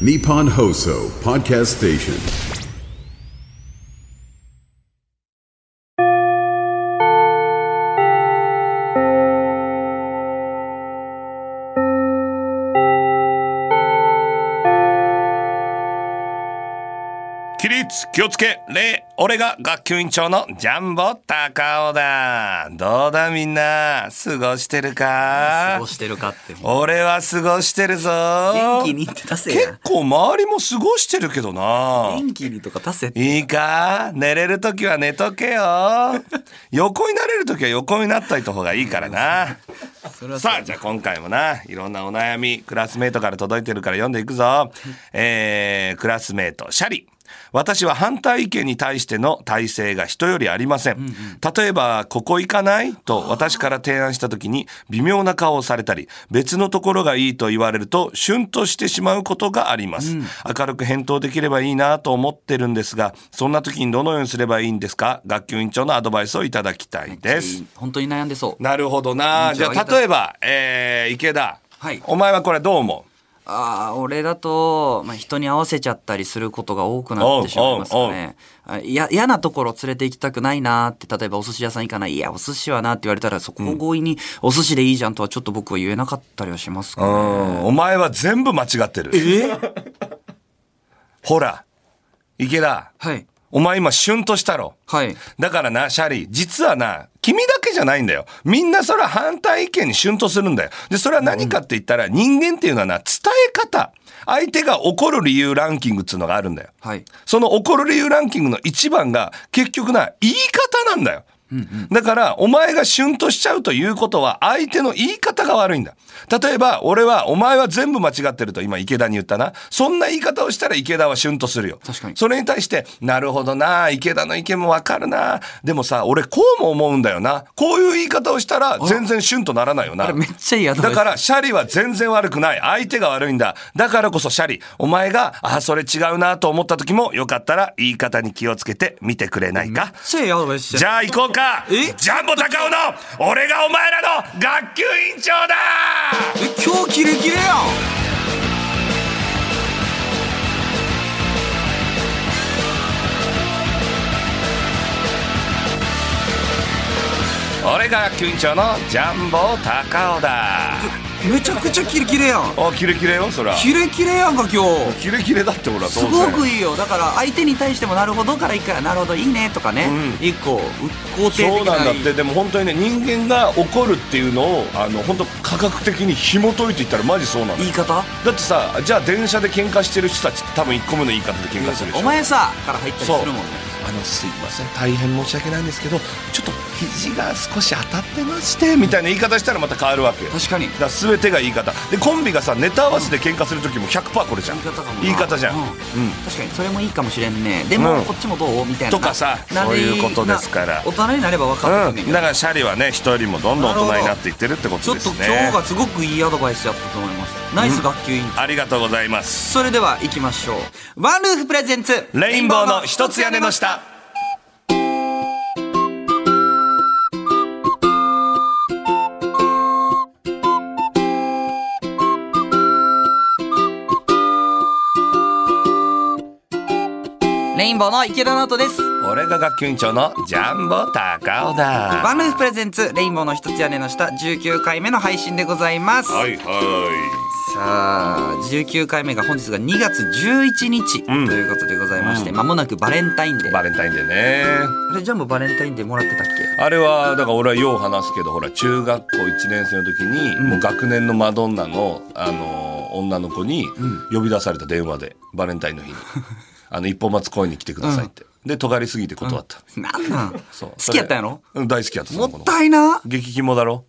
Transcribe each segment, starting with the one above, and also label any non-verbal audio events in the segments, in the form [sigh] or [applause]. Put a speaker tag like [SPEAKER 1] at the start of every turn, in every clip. [SPEAKER 1] Nippon Hoso Podcast Station.
[SPEAKER 2] 起立気をつけ礼俺が学級委員長のジャンボ高尾だどうだみんな過ごしてる
[SPEAKER 3] 過
[SPEAKER 2] か
[SPEAKER 3] ごしてるかって。
[SPEAKER 2] 俺は過ごしてるぞ
[SPEAKER 3] 元気にって出せ
[SPEAKER 2] 結
[SPEAKER 3] や。
[SPEAKER 2] 構周りも過ごしてるけどな
[SPEAKER 3] 元気にとか出せって。
[SPEAKER 2] いいか寝れるときは寝と
[SPEAKER 3] [laughs]
[SPEAKER 2] けよ横になれるときは横になっといた方がいいからな
[SPEAKER 3] それは
[SPEAKER 2] さあじゃあ今回もないろんなお悩みクラスメートから届いてるから読んでいくぞ、えー、クラスメートシャリ私は反対意見に対しての体制が人よりありません。例えば、ここ行かないと私から提案した時に微妙な顔をされたり、別のところがいいと言われると、シュンとしてしまうことがあります。明るく返答できればいいなと思ってるんですが、そんな時にどのようにすればいいんですか学級委員長のアドバイスをいただきたいです。。
[SPEAKER 3] 本当に悩んでそう。
[SPEAKER 2] なるほどな。
[SPEAKER 3] うん
[SPEAKER 2] じゃ
[SPEAKER 3] じゃ
[SPEAKER 2] あ、
[SPEAKER 3] あ言いたい
[SPEAKER 2] 例えば、えー、池田。
[SPEAKER 3] はい
[SPEAKER 2] お前はこれどう思
[SPEAKER 3] ああ、俺だと、まあ、人に合わせちゃったりすることが多くなってしまいますかね。あいや、嫌なところ連れて行きたくないなって、例えばお寿司屋さん行かない。いや、お寿司はなって言われたら、そこを強引に、お寿司でいいじゃんとはちょっと僕は言えなかったりはしますか
[SPEAKER 2] うう
[SPEAKER 3] ね。
[SPEAKER 2] ん。お前は全部間違ってる。えほら、池田。
[SPEAKER 3] はい。
[SPEAKER 2] お前今、シュンとしたろ。
[SPEAKER 3] はい。
[SPEAKER 2] だからな、シャリ、実はな、君だけじゃないんだよ。みんなそれは反対意見にシュンとするんだよ。で、それは何かって言ったら、人間っていうのはな、伝え方。相手が怒る理由ランキングっつうのがあるんだよ。
[SPEAKER 3] はい。
[SPEAKER 2] その怒る理由ランキングの一番が結局な言い方なんだよ。だから、お前がシュンとしちゃうということは、相手の言い方が悪いんだ。例えば、俺は、お前は全部間違ってると、今、池田に言ったな。そんな言い方をしたら、池田はシュンとするよ。
[SPEAKER 3] 確かに
[SPEAKER 2] それに対して、なるほどな、池田の意見もわかるな。でもさ、俺、こうも思うんだよな。こういう言い方をしたら、全然シュンとならないよな。
[SPEAKER 3] あれめっちゃいいアドバイ
[SPEAKER 2] だ
[SPEAKER 3] ス
[SPEAKER 2] から、シャリは全然悪くない。相手が悪いんだ。だからこそ、シャリ、お前が、あ、それ違うなと思った時も、よかったら言い方に気をつけて見てくれないか。
[SPEAKER 3] ちょいアドバイスし
[SPEAKER 2] じゃあ行こうかジ
[SPEAKER 3] え
[SPEAKER 2] ャンボ高尾の、俺がお前らの学級委員長だ
[SPEAKER 3] え今日キレキレやん
[SPEAKER 2] 俺が学級委員長のジャンボ高尾だ。
[SPEAKER 3] めちゃくちゃキレキレやん
[SPEAKER 2] あ、キレキレよ、そら。
[SPEAKER 3] キレキレやんか今日
[SPEAKER 2] キレキレだって俺は
[SPEAKER 3] す
[SPEAKER 2] 当然。
[SPEAKER 3] ごくいいよだから相手に対してもなるほどからいいからなるほどいいねとかね、一個肯定的な
[SPEAKER 2] そうなんだってでも本当にね人間が怒るっていうのをあの本当科学的に紐解いていったらマジそうなんだよ
[SPEAKER 3] 言い方
[SPEAKER 2] だってさじゃあ電車で喧嘩してる人たちって多分1個目の言い方で喧嘩するでしょ
[SPEAKER 3] お前さから入ったりす
[SPEAKER 2] そう
[SPEAKER 3] るもんね
[SPEAKER 2] あのすいません大変申し訳ないんですけどちょっと肘が少し当たってましてみたいな言い方したらまた変わるわけよ
[SPEAKER 3] 確かに
[SPEAKER 2] だから全てが言い方でコンビがさネタ合わせで喧嘩する時も100%これじゃん
[SPEAKER 3] 言い方かもな
[SPEAKER 2] 言い方じゃん、
[SPEAKER 3] う
[SPEAKER 2] うん
[SPEAKER 3] 確かにそれもいいかもしれんねでも、
[SPEAKER 2] うん
[SPEAKER 3] こっちもどうみたいな
[SPEAKER 2] とかさ
[SPEAKER 3] な
[SPEAKER 2] そういうことですから
[SPEAKER 3] な大人になれば分かってく
[SPEAKER 2] う
[SPEAKER 3] る
[SPEAKER 2] ん
[SPEAKER 3] ね、
[SPEAKER 2] だからシャリはね人よりもどんどん大人になっていってるってこ
[SPEAKER 3] ち
[SPEAKER 2] と
[SPEAKER 3] ょっ
[SPEAKER 2] で
[SPEAKER 3] と
[SPEAKER 2] すね
[SPEAKER 3] 今日がすごくいいアドバイスやったと思いますナイス学級委員長
[SPEAKER 2] ありがとうございます
[SPEAKER 3] それでは行きましょうワンルーフプレゼンツ
[SPEAKER 2] レインボーの一つ屋根の下
[SPEAKER 3] レインボーの池田直人です
[SPEAKER 2] 俺が学級委員長のジャンボ高尾だ
[SPEAKER 3] ワンルーフプレゼンツレインボーの一つ屋根の下19回目の配信でございます、
[SPEAKER 2] はいは
[SPEAKER 3] さあ19回目が本日が2月11日と
[SPEAKER 2] うん
[SPEAKER 3] いうことでございまして、間もなくバレンタインデ
[SPEAKER 2] い。
[SPEAKER 3] ー
[SPEAKER 2] バレンタインデーね。
[SPEAKER 3] あれジャンボバレンタインデーもらってたっけ
[SPEAKER 2] あれは、だから俺はよう話すけど、ほら、中学校1年生の時に、もう学年のマドンナの、あのー女の子に呼び出された電話で、バレンタインの日
[SPEAKER 3] [laughs]
[SPEAKER 2] に。あの、一本松公園に来てくださいって。で、尖りすぎて断った。
[SPEAKER 3] なんなん [laughs]
[SPEAKER 2] そう
[SPEAKER 3] 好きやったんやろ
[SPEAKER 2] それうん、大好きやった、そ
[SPEAKER 3] も
[SPEAKER 2] の子の
[SPEAKER 3] っ
[SPEAKER 2] こと
[SPEAKER 3] たいな
[SPEAKER 2] 激肝だろ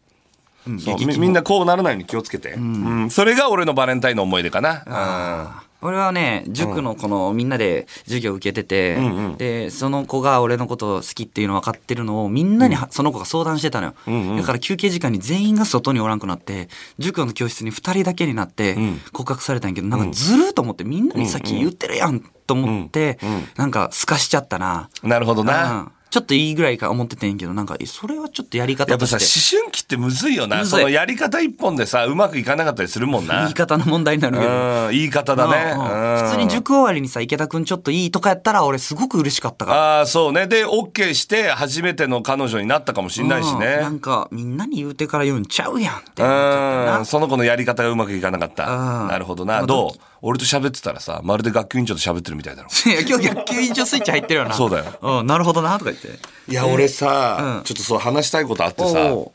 [SPEAKER 2] そうみみんなこうならないように気をつけて、うんそれが俺のバレンタインの思い出かな
[SPEAKER 3] 俺はね塾のこのみんなで授業受けてて、でその子が俺のこと好きっていうの分かってるのをみんなにはその子が相談してたのよ、だから休憩時間に全員が外におらんくなって塾の教室に2人だけになって告白されたんやけどなんかずるーと思ってみんなにさっき言ってるやんと思って、なんかすかしちゃったな、
[SPEAKER 2] なるほどな、
[SPEAKER 3] うんちちょっといいぐらいか思っててんけど、なんか、えそれはちょっとやり
[SPEAKER 2] や
[SPEAKER 3] 方
[SPEAKER 2] っぱ
[SPEAKER 3] と
[SPEAKER 2] さ、
[SPEAKER 3] して、
[SPEAKER 2] 思春期ってむずいよな。
[SPEAKER 3] むずい
[SPEAKER 2] そのやり方一本でさ、うまくいかなかったりするもんな。
[SPEAKER 3] 言い方の問題になるけど。
[SPEAKER 2] うん、言い方だね。
[SPEAKER 3] うん
[SPEAKER 2] うん
[SPEAKER 3] 普通に塾終わりにさ、池田くんちょっといいとかやったら、俺すごく嬉しかったから。
[SPEAKER 2] ああ、そうね。で、OK して、初めての彼女になったかもしんないし
[SPEAKER 3] うん
[SPEAKER 2] ね
[SPEAKER 3] な。んか、みんなに言うてから言うんちゃうやんって
[SPEAKER 2] う
[SPEAKER 3] 思っちゃったよ
[SPEAKER 2] ん、
[SPEAKER 3] な。
[SPEAKER 2] その子のやり方がうまくいかなかった。
[SPEAKER 3] うん
[SPEAKER 2] なるほどな。
[SPEAKER 3] まあ
[SPEAKER 2] どう
[SPEAKER 3] ど
[SPEAKER 2] 俺と喋ってたらさ、まるで学級委員長と喋ってるみたいだろ。
[SPEAKER 3] いや今日逆級委員長スイッチ入ってるよな。
[SPEAKER 2] そうだ
[SPEAKER 3] よ。うん、なるほどな、とか言って。
[SPEAKER 2] いや、俺さ
[SPEAKER 3] うん
[SPEAKER 2] ちょっとそう話したいことあって
[SPEAKER 3] おう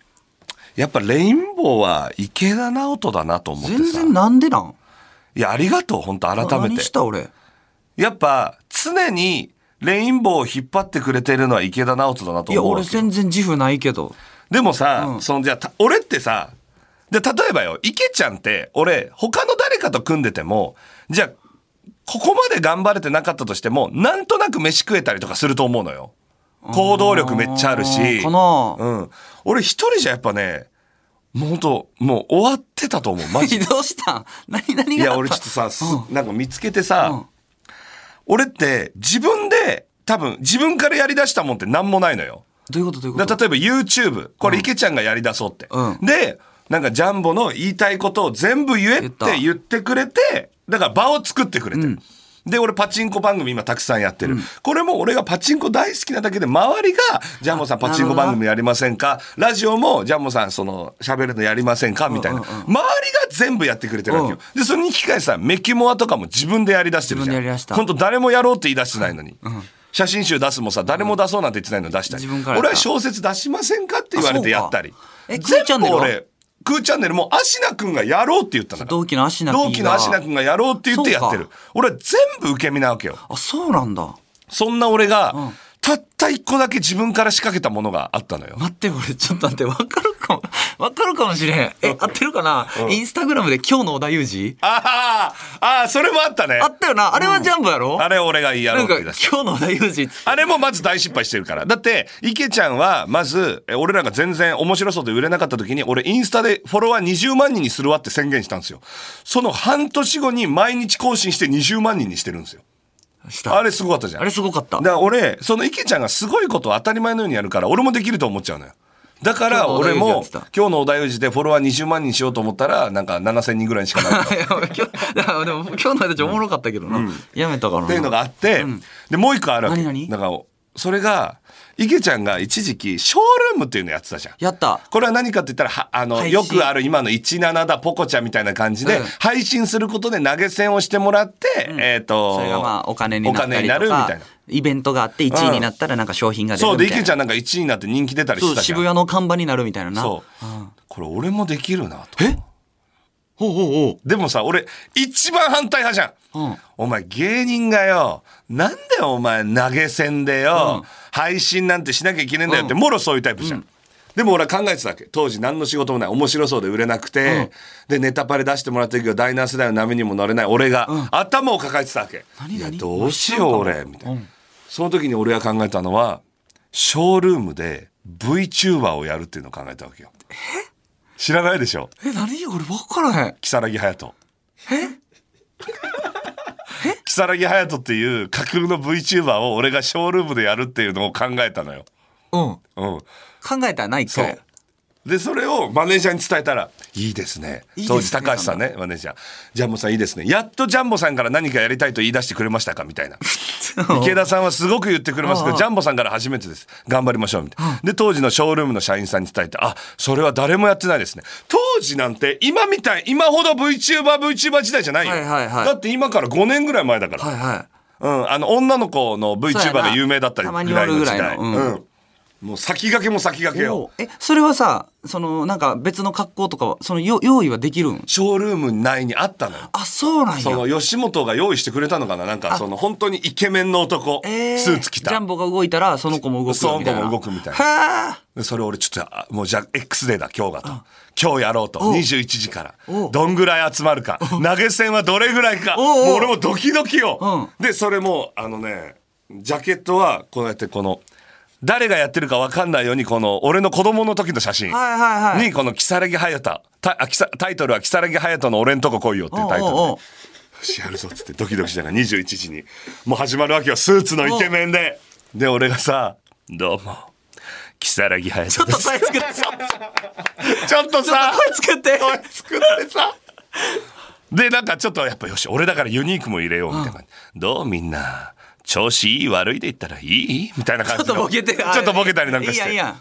[SPEAKER 2] やっぱレインボーは池田直人だなと思って
[SPEAKER 3] 全
[SPEAKER 2] さ。
[SPEAKER 3] 然なんでなん
[SPEAKER 2] いや、ありがとう、本当改め
[SPEAKER 3] 何
[SPEAKER 2] て
[SPEAKER 3] し。た俺。
[SPEAKER 2] やっぱ、常に、レインボーを引っ張ってくれてるのは池田直人だなと
[SPEAKER 3] いや、
[SPEAKER 2] 思うわ
[SPEAKER 3] 俺
[SPEAKER 2] けよ。
[SPEAKER 3] 全然自負ないけど。
[SPEAKER 2] でもさ、
[SPEAKER 3] うん
[SPEAKER 2] その、じゃあた俺ってさ、じゃあ例えばよ、池ちゃんって、俺、他の誰かと組んでても、じゃあ、ここまで頑張れてなかったとしても、なんとなく飯食えたりとかすると思うのよ。行動力めっちゃあるし。
[SPEAKER 3] かな
[SPEAKER 2] うん。俺一人じゃやっぱね、もうほんと、もう終わってたと思う、マ
[SPEAKER 3] [laughs]
[SPEAKER 2] ジで。
[SPEAKER 3] どうしたん何何
[SPEAKER 2] い
[SPEAKER 3] があった
[SPEAKER 2] や、俺ちょっとさ、す
[SPEAKER 3] う
[SPEAKER 2] なんか見つけてさ、
[SPEAKER 3] うん
[SPEAKER 2] 俺って自分で、多分自分からやり出したもんって何もないのよ。
[SPEAKER 3] どういうことどういう
[SPEAKER 2] だ
[SPEAKER 3] こと
[SPEAKER 2] 例えば YouTube、これ池ちゃんがやり出そうって。
[SPEAKER 3] うん
[SPEAKER 2] で、なんかジャンボの言いたいことを全部言えっ
[SPEAKER 3] 言った
[SPEAKER 2] て言ってくれて、だから場を作ってくれてる。で、俺パチンコ番組今たくさんやってる。これも俺がパチンコ大好きなだけで、周りが、ジャンボさんパチンコ番組やりませんかラジオもジャンボさんその、喋るのやりませんかみたいな。
[SPEAKER 3] うんうんうん
[SPEAKER 2] 周りが全部やってくれてるわけよ。で、それに引き換えさ、メキモアとかも自分でやりだしてるじゃん。
[SPEAKER 3] 自分でやりだした
[SPEAKER 2] 本当誰もやろうって言い出してないのに。写真集出すもさ、誰も出そうなんて言ってないの出したり。
[SPEAKER 3] 自分からやっ
[SPEAKER 2] 俺
[SPEAKER 3] た
[SPEAKER 2] は小説出しませんかって言われてやったり
[SPEAKER 3] あそうかえ。
[SPEAKER 2] 全
[SPEAKER 3] 空チャン
[SPEAKER 2] 部
[SPEAKER 3] ネルは
[SPEAKER 2] 俺、空チャンネルも芦名くんがやろうって言ったんだから。
[SPEAKER 3] 同期の芦名 P が
[SPEAKER 2] 同期の芦名くんがやろうって言ってやってる
[SPEAKER 3] そう。
[SPEAKER 2] 俺は全部受け身なわけよ。
[SPEAKER 3] あ、そうなんだ。
[SPEAKER 2] そんな俺が、
[SPEAKER 3] うん
[SPEAKER 2] たった一個だけ自分から仕掛けたものがあったのよ。
[SPEAKER 3] 待って、俺、ちょっと待って、わかるかも、わかるかもしれん。え、合ってるかな、インスタグラムで今日の織田裕二
[SPEAKER 2] ああ、ああ、それもあったね
[SPEAKER 3] あ。ったよなあれはジャンボやろ、
[SPEAKER 2] あれ俺がや
[SPEAKER 3] な
[SPEAKER 2] ろうんって言い
[SPEAKER 3] か、今
[SPEAKER 2] 出した。
[SPEAKER 3] 日の織田裕二っつ
[SPEAKER 2] あれもまず大失敗してるから。だって、池ちゃんは、まず、え俺らが全然面白そうで売れなかった時に、俺インスタでフォロワー20万人にするわって宣言したんですよ。その半年後に毎日更新して20万人にしてるんですよ。
[SPEAKER 3] した。
[SPEAKER 2] あれすごかったじゃん。
[SPEAKER 3] あれすごかった
[SPEAKER 2] だから俺、その池ちゃんがすごいことを当たり前のようにやるから、俺もできると思っちゃうのよ。だから俺も、今日のお題字でフォロワー20万人しようと思ったら、なんか7000人ぐらいにしかなかった。
[SPEAKER 3] [laughs] いや俺今日、 [laughs] だからでも今日の間ちおもろかったけどな。やめたからな。
[SPEAKER 2] っていうのがあって、でもう一個あるわけ
[SPEAKER 3] 何
[SPEAKER 2] だ
[SPEAKER 3] 々
[SPEAKER 2] からそれが池ちゃんが一時期ショールームっていうのやってたじゃん
[SPEAKER 3] やった
[SPEAKER 2] これは何かって言ったらはあの
[SPEAKER 3] 配信
[SPEAKER 2] よくある今の17だポコちゃんみたいな感じで、
[SPEAKER 3] うん
[SPEAKER 2] 配信することで投げ銭をしてもらって、えっ、と
[SPEAKER 3] それがまあ、お金になった
[SPEAKER 2] お
[SPEAKER 3] り
[SPEAKER 2] 金
[SPEAKER 3] と
[SPEAKER 2] になるみたい
[SPEAKER 3] か
[SPEAKER 2] な、
[SPEAKER 3] イベントがあって1位になったらなんか商品が出
[SPEAKER 2] そ
[SPEAKER 3] る
[SPEAKER 2] うで
[SPEAKER 3] みたいな。
[SPEAKER 2] 池ちゃんなんか1位になって人気出たりし
[SPEAKER 3] そ
[SPEAKER 2] て
[SPEAKER 3] う、
[SPEAKER 2] たじゃん
[SPEAKER 3] 渋谷の看板になるみたいなな。
[SPEAKER 2] そう、
[SPEAKER 3] ん
[SPEAKER 2] これ俺もできるなとえ
[SPEAKER 3] おうおうおう
[SPEAKER 2] でもさ俺一番反対派じゃん、
[SPEAKER 3] うん
[SPEAKER 2] お前芸人がよなんでお前投げ銭でよ、
[SPEAKER 3] うん
[SPEAKER 2] 配信なんてしなきゃいけねえんだよって、もろそういうタイプじゃん、でも俺は考えてたわけ当時何の仕事もない面白そうで売れなくて、でネタパレ出してもらってるけど第7世代の波にも乗れない俺が、頭を抱えてたわけ
[SPEAKER 3] 何
[SPEAKER 2] いや
[SPEAKER 3] 何
[SPEAKER 2] どうしよう俺みたいな、その時に俺が考えたのはショールームで VTuber をやるっていうのを考えたわけよ知らないでしょ
[SPEAKER 3] え、何俺分からへん。
[SPEAKER 2] 如月隼人え如月隼人っていう架空の VTuber を俺がショールームでやるっていうのを考えたのよ、
[SPEAKER 3] うん。
[SPEAKER 2] うん、
[SPEAKER 3] 考えたらない一回。
[SPEAKER 2] でそれをマネージャーに伝えたら「いいですね」
[SPEAKER 3] いいですね
[SPEAKER 2] 当時高橋さんねマネージャー「ジャンボさんいいですね」「やっとジャンボさんから何かやりたいと言い出してくれましたか」みたいな池田さんはすごく言ってくれますけ
[SPEAKER 3] あ
[SPEAKER 2] ど
[SPEAKER 3] あ
[SPEAKER 2] ジャンボさんから初めてです頑張りましょうみたいなで当時のショールームの社員さんに伝えて「あそれは誰もやってないですね」当時なんて今みたい今ほど VTuberVTuber 時代じゃないよ、
[SPEAKER 3] はいはいはい
[SPEAKER 2] だって今から5年ぐらい前だから、
[SPEAKER 3] はいはい。
[SPEAKER 2] うん、あの女の子の VTuber が有名だったり
[SPEAKER 3] そう
[SPEAKER 2] ぐ
[SPEAKER 3] やな
[SPEAKER 2] らいの時代
[SPEAKER 3] たまにおるぐらいのうん
[SPEAKER 2] うんもう先駆けも先駆けよ
[SPEAKER 3] おうえそれはさそのなんか別の格好とかはそのよ用意はできるん
[SPEAKER 2] ショールーム内にあったのよ
[SPEAKER 3] あそうなんや
[SPEAKER 2] その吉本が用意してくれたのかななんかその本当にイケメンの男、
[SPEAKER 3] えー
[SPEAKER 2] スーツ着
[SPEAKER 3] ジャ
[SPEAKER 2] た
[SPEAKER 3] ンボが動いたらその子も動く
[SPEAKER 2] その
[SPEAKER 3] み
[SPEAKER 2] 子
[SPEAKER 3] たいな
[SPEAKER 2] も動くみたいな
[SPEAKER 3] はあ
[SPEAKER 2] でそれ俺ちょっとあもうじゃあ X デーだ今日がと今日やろうと
[SPEAKER 3] おう
[SPEAKER 2] 21時から
[SPEAKER 3] おう
[SPEAKER 2] どんぐらい集まるか投げ銭はどれぐらいか
[SPEAKER 3] おうおう
[SPEAKER 2] もう俺もドキドキよでそれもあのねジャケットはこうやってこの誰がやってるか分かんないようにこの俺の子供の時の写真
[SPEAKER 3] はいはいはい
[SPEAKER 2] にこの「如月隼人」たあきさタイトルは「如月隼人の俺んとこ来いよ」っていうタイトル
[SPEAKER 3] おうおう
[SPEAKER 2] で
[SPEAKER 3] おう
[SPEAKER 2] よしやるぞっつってドキドキしながら21時にもう始まるわけよスーツのイケメンでで俺がさどうも。キサラギハヤ
[SPEAKER 3] ちょっ
[SPEAKER 2] で
[SPEAKER 3] と
[SPEAKER 2] す。
[SPEAKER 3] 声作
[SPEAKER 2] [laughs]
[SPEAKER 3] ってさ。
[SPEAKER 2] ちょっと
[SPEAKER 3] ちょっ
[SPEAKER 2] さ
[SPEAKER 3] と、声作っ
[SPEAKER 2] 声
[SPEAKER 3] て。
[SPEAKER 2] 作ってさ。で、なんかちょっとやっぱよし、俺だからユニークも入れようみたいな感じ。どうみんな、調子いい悪いで言ったらいいみたいな感
[SPEAKER 3] ちょ
[SPEAKER 2] じの。
[SPEAKER 3] っとボケて。
[SPEAKER 2] ちょっとボケたりなんかして。
[SPEAKER 3] いいやいや。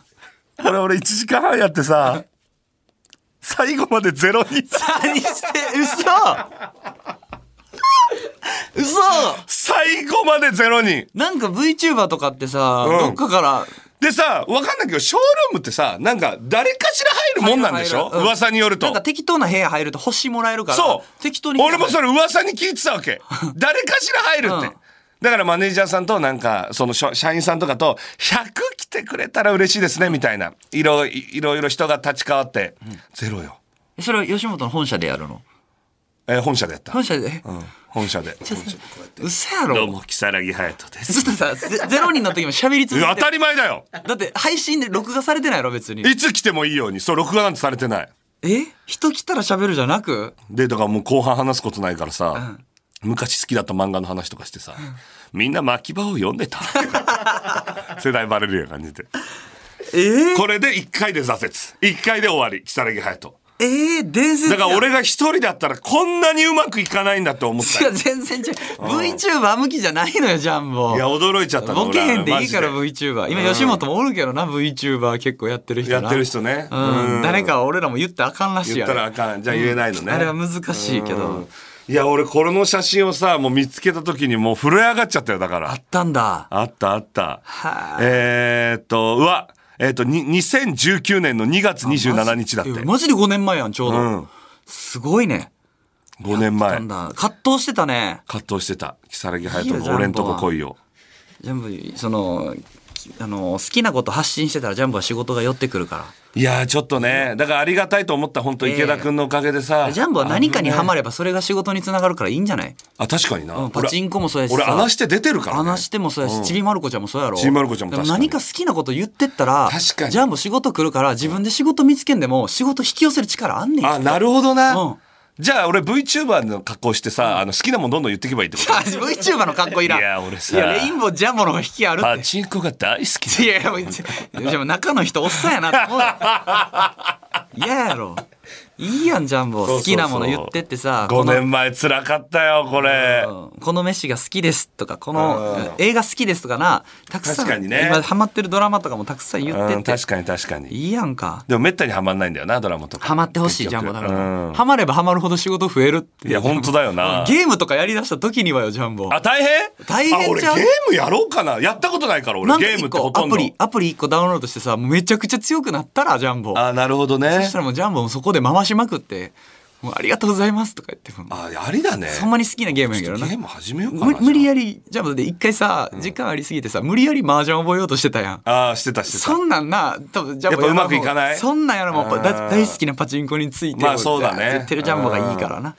[SPEAKER 2] これ俺1時間半やってさ、最後までゼロに、
[SPEAKER 3] 何して、
[SPEAKER 2] [laughs]
[SPEAKER 3] 嘘嘘
[SPEAKER 2] 最後までゼロに。
[SPEAKER 3] なんか VTuber とかってさ、
[SPEAKER 2] うん
[SPEAKER 3] どっかから、
[SPEAKER 2] でさ、わかんないけど、ショールームってさ、なんか誰かしら入るもんなんでしょ
[SPEAKER 3] 入る入るうん
[SPEAKER 2] 噂によると
[SPEAKER 3] なんか。適当な部屋入ると星もらえるから、
[SPEAKER 2] そう。
[SPEAKER 3] 適当に。
[SPEAKER 2] 俺もそれ噂に聞いてたわけ。誰かしら入るって。
[SPEAKER 3] うん
[SPEAKER 2] だからマネージャーさんとなんか、そのしょ社員さんとかと、100来てくれたら嬉しいですね、みたいな。いろいいろいろ人が立ち変わって、ゼロよ。
[SPEAKER 3] それは吉本の本社でやるの
[SPEAKER 2] えー本社でやった。
[SPEAKER 3] 本社で、
[SPEAKER 2] うん本社で。
[SPEAKER 3] 嘘や
[SPEAKER 2] どう
[SPEAKER 3] ろ
[SPEAKER 2] も、如月隼人です。
[SPEAKER 3] ずっとさ、ゼゼロ人の時も喋り
[SPEAKER 2] い
[SPEAKER 3] 続
[SPEAKER 2] や
[SPEAKER 3] け
[SPEAKER 2] 当
[SPEAKER 3] て
[SPEAKER 2] たり前だよ
[SPEAKER 3] だって配信で録画されてないやろ別に。
[SPEAKER 2] いつ来てもいいようにそう録画なんてされてない
[SPEAKER 3] え人来たら喋るじゃなく
[SPEAKER 2] でだからもう後半話すことないからさ、昔好きだった漫画の話とかしてさ、みんな巻き場を読んでた [laughs] 世代バレるような感じで
[SPEAKER 3] え
[SPEAKER 2] これで1回で挫折1回で終わり如月隼人
[SPEAKER 3] ええー、伝説
[SPEAKER 2] だ
[SPEAKER 3] や
[SPEAKER 2] から俺が一人だったらこんなにうまくいかないんだって思った
[SPEAKER 3] いや
[SPEAKER 2] よ
[SPEAKER 3] 全然違う VTuber 向きじゃないのよジャンボ
[SPEAKER 2] いや驚いちゃったの
[SPEAKER 3] ボケへんでいいか
[SPEAKER 2] 俺
[SPEAKER 3] ら
[SPEAKER 2] はマ
[SPEAKER 3] VTuber 今吉本もおるけどな VTuber 結構やってる
[SPEAKER 2] ジ
[SPEAKER 3] 人
[SPEAKER 2] で
[SPEAKER 3] な
[SPEAKER 2] やってる人ね、
[SPEAKER 3] うん
[SPEAKER 2] うん
[SPEAKER 3] 誰か俺らも言ったらあかんらしい
[SPEAKER 2] 言っ
[SPEAKER 3] や
[SPEAKER 2] たらあかんじゃあ言えないのね、
[SPEAKER 3] あれは難しいけ
[SPEAKER 2] う
[SPEAKER 3] ど
[SPEAKER 2] んいや俺これの写真をさもう見つけた時にもう震え上がっちゃったよだから
[SPEAKER 3] あったんだ
[SPEAKER 2] あったあった
[SPEAKER 3] はあ
[SPEAKER 2] えーっとうわえーっとに2019年の2月27日だって
[SPEAKER 3] マジで5年前やんちょうど、
[SPEAKER 2] うん
[SPEAKER 3] すごいね
[SPEAKER 2] 5年
[SPEAKER 3] な
[SPEAKER 2] 前
[SPEAKER 3] んだ葛藤してたね
[SPEAKER 2] 葛藤してた如月隼
[SPEAKER 3] いい
[SPEAKER 2] 人
[SPEAKER 3] よ
[SPEAKER 2] の俺んと
[SPEAKER 3] ジャ
[SPEAKER 2] こ
[SPEAKER 3] ンボは
[SPEAKER 2] 来いよ
[SPEAKER 3] ジャンボそのきあの好きなこと発信してたらジャンボは仕事が寄ってくるから
[SPEAKER 2] いやーちょっとねだからありがたいと思った本当
[SPEAKER 3] ええ
[SPEAKER 2] 池田君のおかげでさ、
[SPEAKER 3] ジャンボは何かにハマ
[SPEAKER 2] る
[SPEAKER 3] ればそれが仕事につながるからいいんじゃない
[SPEAKER 2] あ確かにな、
[SPEAKER 3] うんパチンコもそうやしさ
[SPEAKER 2] 俺穴して出てるから、ね、
[SPEAKER 3] 話してもそうやし、ちびまる子ちゃんもそうやろ。
[SPEAKER 2] ちびまる子ちゃんも確かに
[SPEAKER 3] で何か好きなこと言ってったら、
[SPEAKER 2] 確かに
[SPEAKER 3] ジャンボ仕事来るから、自分で仕事見つけんでも、仕事引き寄せる力あんねん。 [laughs]
[SPEAKER 2] あなるほどな、
[SPEAKER 3] うん
[SPEAKER 2] じゃあ俺 VTuber の格好してさ、あの好きなもんどんどん言ってけばいいってこと
[SPEAKER 3] あ VTuber の格好いらん。
[SPEAKER 2] いや俺さ
[SPEAKER 3] いや、レインボージャンボの方が引きあるっ
[SPEAKER 2] パ
[SPEAKER 3] て。
[SPEAKER 2] チンコが大好き
[SPEAKER 3] い
[SPEAKER 2] で
[SPEAKER 3] やいや、もうでも中の人おっさんやなって思うよ。嫌やろ。いいやん、ジャンボ。
[SPEAKER 2] そうそうそう
[SPEAKER 3] 好きなもの言ってってさ、
[SPEAKER 2] 5
[SPEAKER 3] この
[SPEAKER 2] 年前辛かったよこれ
[SPEAKER 3] うんこの飯が好きですとかこの映画好きですとかなたくさん
[SPEAKER 2] 確かにね
[SPEAKER 3] 今ハマってるドラマとかもたくさん言って
[SPEAKER 2] う
[SPEAKER 3] っ
[SPEAKER 2] ん
[SPEAKER 3] て
[SPEAKER 2] 確かに確かに
[SPEAKER 3] いいやんか
[SPEAKER 2] でもめったにはまんないんだよなドラマとか
[SPEAKER 3] ハマってほしい
[SPEAKER 2] 結
[SPEAKER 3] ジャンボ
[SPEAKER 2] 局
[SPEAKER 3] だから、
[SPEAKER 2] うん
[SPEAKER 3] ハマればハマるほど仕事増えるって
[SPEAKER 2] いや本当だよな
[SPEAKER 3] ゲームとかやりだした時にはよジャンボ
[SPEAKER 2] あ大変
[SPEAKER 3] 大変ちゃう
[SPEAKER 2] あ俺ゲームやろうかなやったことないから俺
[SPEAKER 3] なんか
[SPEAKER 2] ゲーム
[SPEAKER 3] 一
[SPEAKER 2] って
[SPEAKER 3] 個
[SPEAKER 2] ほと
[SPEAKER 3] ア
[SPEAKER 2] んど
[SPEAKER 3] プリアプリ一個ダウンロードしてさもうめちゃくちゃ強くなったらジャンボ
[SPEAKER 2] あなるほど
[SPEAKER 3] そ
[SPEAKER 2] ね
[SPEAKER 3] したらもうジャンボもそこで回しまくって「もうありがとうございます」とか言っても
[SPEAKER 2] あありだね
[SPEAKER 3] うほんまに好きなゲームやけ
[SPEAKER 2] ちょ
[SPEAKER 3] ど
[SPEAKER 2] っと
[SPEAKER 3] な
[SPEAKER 2] ゲーム始めようかな
[SPEAKER 3] 無無理
[SPEAKER 2] や
[SPEAKER 3] やりジャンボで一回さ時間ありすぎてさ無理やり麻雀覚えようとしてたやん
[SPEAKER 2] あーしてたしてた
[SPEAKER 3] そんなんな多分ジャンボ
[SPEAKER 2] やっぱうまくいかない
[SPEAKER 3] そんなんやろもう
[SPEAKER 2] うん
[SPEAKER 3] だ大好きなパチンコについて
[SPEAKER 2] まあそうだね
[SPEAKER 3] 言ってるジャンボがいいからな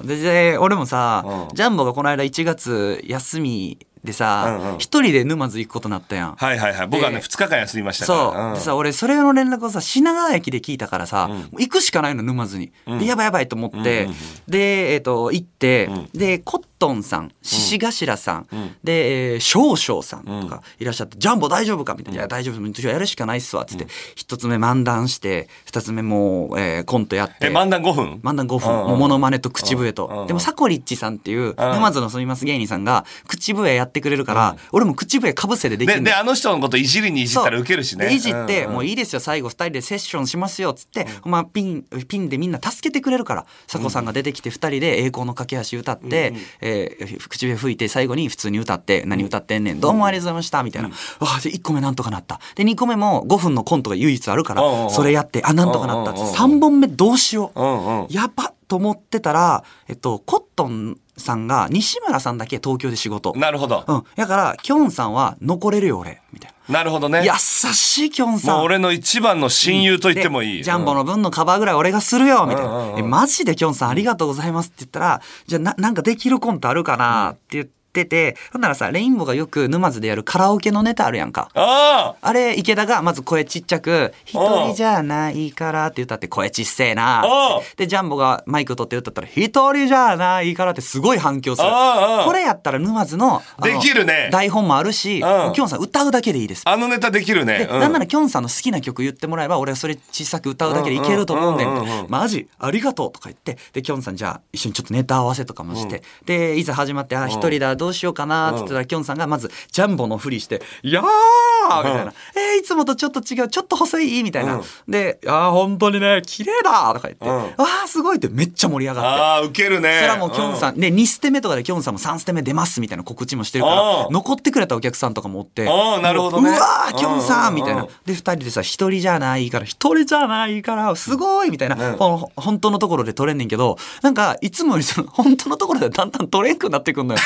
[SPEAKER 3] うんでで俺もさ
[SPEAKER 2] うん
[SPEAKER 3] ジャンボがこの間1月休み
[SPEAKER 2] うんう
[SPEAKER 3] でさ
[SPEAKER 2] ん
[SPEAKER 3] 一、人で沼津行くことになったやん、
[SPEAKER 2] はいはいはい僕はね
[SPEAKER 3] で
[SPEAKER 2] 2日間休みました
[SPEAKER 3] そう、
[SPEAKER 2] から
[SPEAKER 3] でさ俺それの連絡をさ品川駅で聞いたからさ、もう行くしかないの沼津に、でやばいやばいと思って、でえっ、と行って、でコットンさん獅子頭さん、で、えー、少々さんとかいらっしゃって、ジャンボ大丈夫かみたいな「いや大丈夫ですやるしかないっすわ」っつって、一つ目漫談して二つ目もう、えーコントやっ
[SPEAKER 2] え
[SPEAKER 3] て
[SPEAKER 2] 漫談5分
[SPEAKER 3] 漫談5分、
[SPEAKER 2] うんうん
[SPEAKER 3] もうモノマネと口笛
[SPEAKER 2] うんう
[SPEAKER 3] と
[SPEAKER 2] ん。
[SPEAKER 3] でも、サコリッチさんっていう、沼津の住みます芸人さんが、口笛やってくれるから、俺も口笛かぶせででき
[SPEAKER 2] で
[SPEAKER 3] る
[SPEAKER 2] であの人のこといじりにいじったらウケるし
[SPEAKER 3] で
[SPEAKER 2] ね
[SPEAKER 3] いじって、
[SPEAKER 2] うん
[SPEAKER 3] もういいですよ、最後2人でセッションしますよ、つって、まあ、ピン、ピンでみんな助けてくれるから、佐子さんが出てきて2人で栄光の架け橋歌って、えー口笛吹いて、最後に普通に歌って、何歌ってんねん、どうもありがとうございました、みたいな。わあ、で、1個目なんとかなった。で、2個目も5分のコントが唯一あるか
[SPEAKER 2] うんうんう
[SPEAKER 3] ら、
[SPEAKER 2] ん
[SPEAKER 3] それやって、あ、なんとかなったっつっ
[SPEAKER 2] うんうん
[SPEAKER 3] て。
[SPEAKER 2] うん
[SPEAKER 3] 3本目どうしよう。
[SPEAKER 2] うんうん
[SPEAKER 3] やばっと思ってたら、えっと、コットンさんが、西村さんだけ東京で仕事。
[SPEAKER 2] なるほど
[SPEAKER 3] うん。だから、きょんさんは残れるよ、俺。みたいな。
[SPEAKER 2] なるほどね
[SPEAKER 3] 優しいきょんさん。
[SPEAKER 2] もう俺の一番の親友と言ってもいい
[SPEAKER 3] でジャンボの分のカバーぐらい俺がするよみたいな、
[SPEAKER 2] うんうんうん
[SPEAKER 3] えマジできょんさんありがとうございますって言ったらじゃあななんかできるコントあるかなって言って。ってて、ほんならさ、レインボーがよく沼津でやるカラオケのネタあるやんか。
[SPEAKER 2] あ
[SPEAKER 3] あれ、池田がまず声ちっちゃく、一人じゃないからって歌って声ちっせえな
[SPEAKER 2] あ。
[SPEAKER 3] で、ジャンボがマイク取って歌ったら、一人じゃないからってすごい反響する
[SPEAKER 2] ああ。
[SPEAKER 3] これやったら沼津の、あの
[SPEAKER 2] できるね
[SPEAKER 3] 台本もあるし、き
[SPEAKER 2] うん
[SPEAKER 3] ょんさん歌うだけでいいです。
[SPEAKER 2] ああのネタできるね
[SPEAKER 3] で、
[SPEAKER 2] うん
[SPEAKER 3] なんならきょんさんの好きな曲言ってもらえば俺はそれ小さく歌うだけでいけると思うねん
[SPEAKER 2] うんうん
[SPEAKER 3] みたいなマジありがとう」とか言ってできょんさんじゃあ一緒にちょっとネタ合わせとかもして、でいざ始まって「あ一人だどうしようかな」って言ったらきょんさんがまずジャンボのふりして「いやー!」みたいな「えーいつもとちょっと違うちょっと細い」みたいな、で「あー本当にね綺麗だ!」とか言って「ああすごい!」ってめっちゃ盛り上がって。
[SPEAKER 2] ああウケるね
[SPEAKER 3] それはもうきょんさん、で2ステ目とかできょんさんも3ステ目出ますみたいな告知もしてるから
[SPEAKER 2] うん
[SPEAKER 3] 残ってくれたお客さんとかもおって
[SPEAKER 2] ああなるほどね
[SPEAKER 3] うわーきょんさ
[SPEAKER 2] うん
[SPEAKER 3] ん
[SPEAKER 2] うん
[SPEAKER 3] み
[SPEAKER 2] うん
[SPEAKER 3] たいなで2人でさ「一人じゃないから一人じゃないからすごい」みたいな、このほ本当のところで撮れんねんけどなんかいつもよりその [laughs] 本当のところでだんだん撮れんくなってくんのよ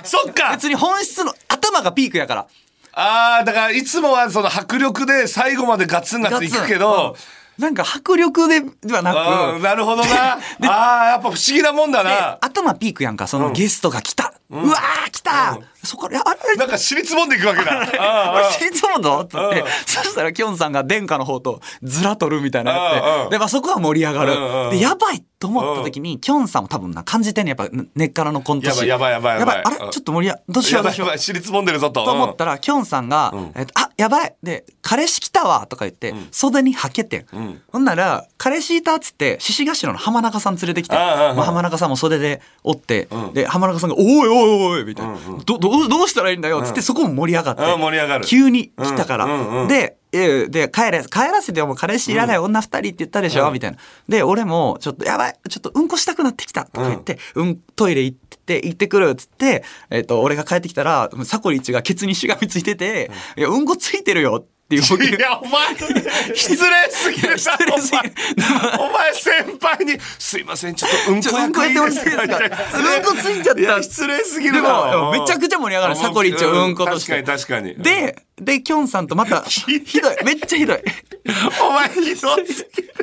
[SPEAKER 2] うんそっか
[SPEAKER 3] 別に本質の頭がピークやから
[SPEAKER 2] ああだからいつもはその迫力で最後までガツンガツンいくけど、
[SPEAKER 3] うんなんか迫力でではな
[SPEAKER 2] あ
[SPEAKER 3] く
[SPEAKER 2] ーなるほどなああやっぱ不思議なもんだ
[SPEAKER 3] で
[SPEAKER 2] な
[SPEAKER 3] 頭ピークやんかそのゲストが来た、うわー来た、そこであれ
[SPEAKER 2] なんか尻つぼんでいくわけ
[SPEAKER 3] [laughs]
[SPEAKER 2] だあーあー
[SPEAKER 3] 心臓もどうって言って、そしたらきょんさんが殿下の方とずら取るみたいなや
[SPEAKER 2] うん
[SPEAKER 3] っ
[SPEAKER 2] うん
[SPEAKER 3] て、で、まあそこは盛り上が
[SPEAKER 2] うんうん
[SPEAKER 3] る。で、やばいと思った時に、きょんさんも多分な、感じてんね、やっぱ根っからのコント師。
[SPEAKER 2] やばいやばいやばいやばい
[SPEAKER 3] あれち
[SPEAKER 2] う
[SPEAKER 3] ょ
[SPEAKER 2] ん
[SPEAKER 3] っと盛り上が、どうしよ
[SPEAKER 2] や
[SPEAKER 3] う
[SPEAKER 2] ば
[SPEAKER 3] どう
[SPEAKER 2] い
[SPEAKER 3] し
[SPEAKER 2] や
[SPEAKER 3] よ
[SPEAKER 2] ば
[SPEAKER 3] う
[SPEAKER 2] い。尻つぼんでるぞと
[SPEAKER 3] と思ったら、きょんさんが、えっと、あ、やばいで、彼氏来たわとか言って、袖にはけてん。ほんなら、彼氏いたっつって、獅子頭の浜中さん連れてきて、
[SPEAKER 2] ああああ
[SPEAKER 3] まあ浜中さんも袖でおって、で、浜中さんが、おいおいおいおいみたいな、ど、どう、どうしたらいいんだよっつって、そこも盛り上がって。
[SPEAKER 2] うん盛り上がる
[SPEAKER 3] 急に来たから。
[SPEAKER 2] うんうんうん
[SPEAKER 3] で、えーで帰れ帰らせてよもう彼氏いらない女二人って言ったでしょ、みたいなで俺もちょっとやばいちょっとうんこしたくなってきたとか言って、うん、トイレ行って行ってくるっつって、えっと俺が帰ってきたらサコリッチがケツにしがみついてて、いやうんこついてるよっていう僕
[SPEAKER 2] いやお
[SPEAKER 3] [laughs]
[SPEAKER 2] 前失礼すぎるな
[SPEAKER 3] 失礼すぎる
[SPEAKER 2] お前お前先輩に「すいませんちょっとうん
[SPEAKER 3] ちょ
[SPEAKER 2] こ
[SPEAKER 3] っとうんこやってもらっていいですかうんこついちゃった
[SPEAKER 2] いや失礼すぎ
[SPEAKER 3] で
[SPEAKER 2] るな
[SPEAKER 3] もめちゃくちゃ盛り上がるサコリッチをうんことして
[SPEAKER 2] 確かに確かに
[SPEAKER 3] でできょんさんとま
[SPEAKER 2] [laughs]
[SPEAKER 3] たひどいめっちゃひどい
[SPEAKER 2] お前ひどすぎる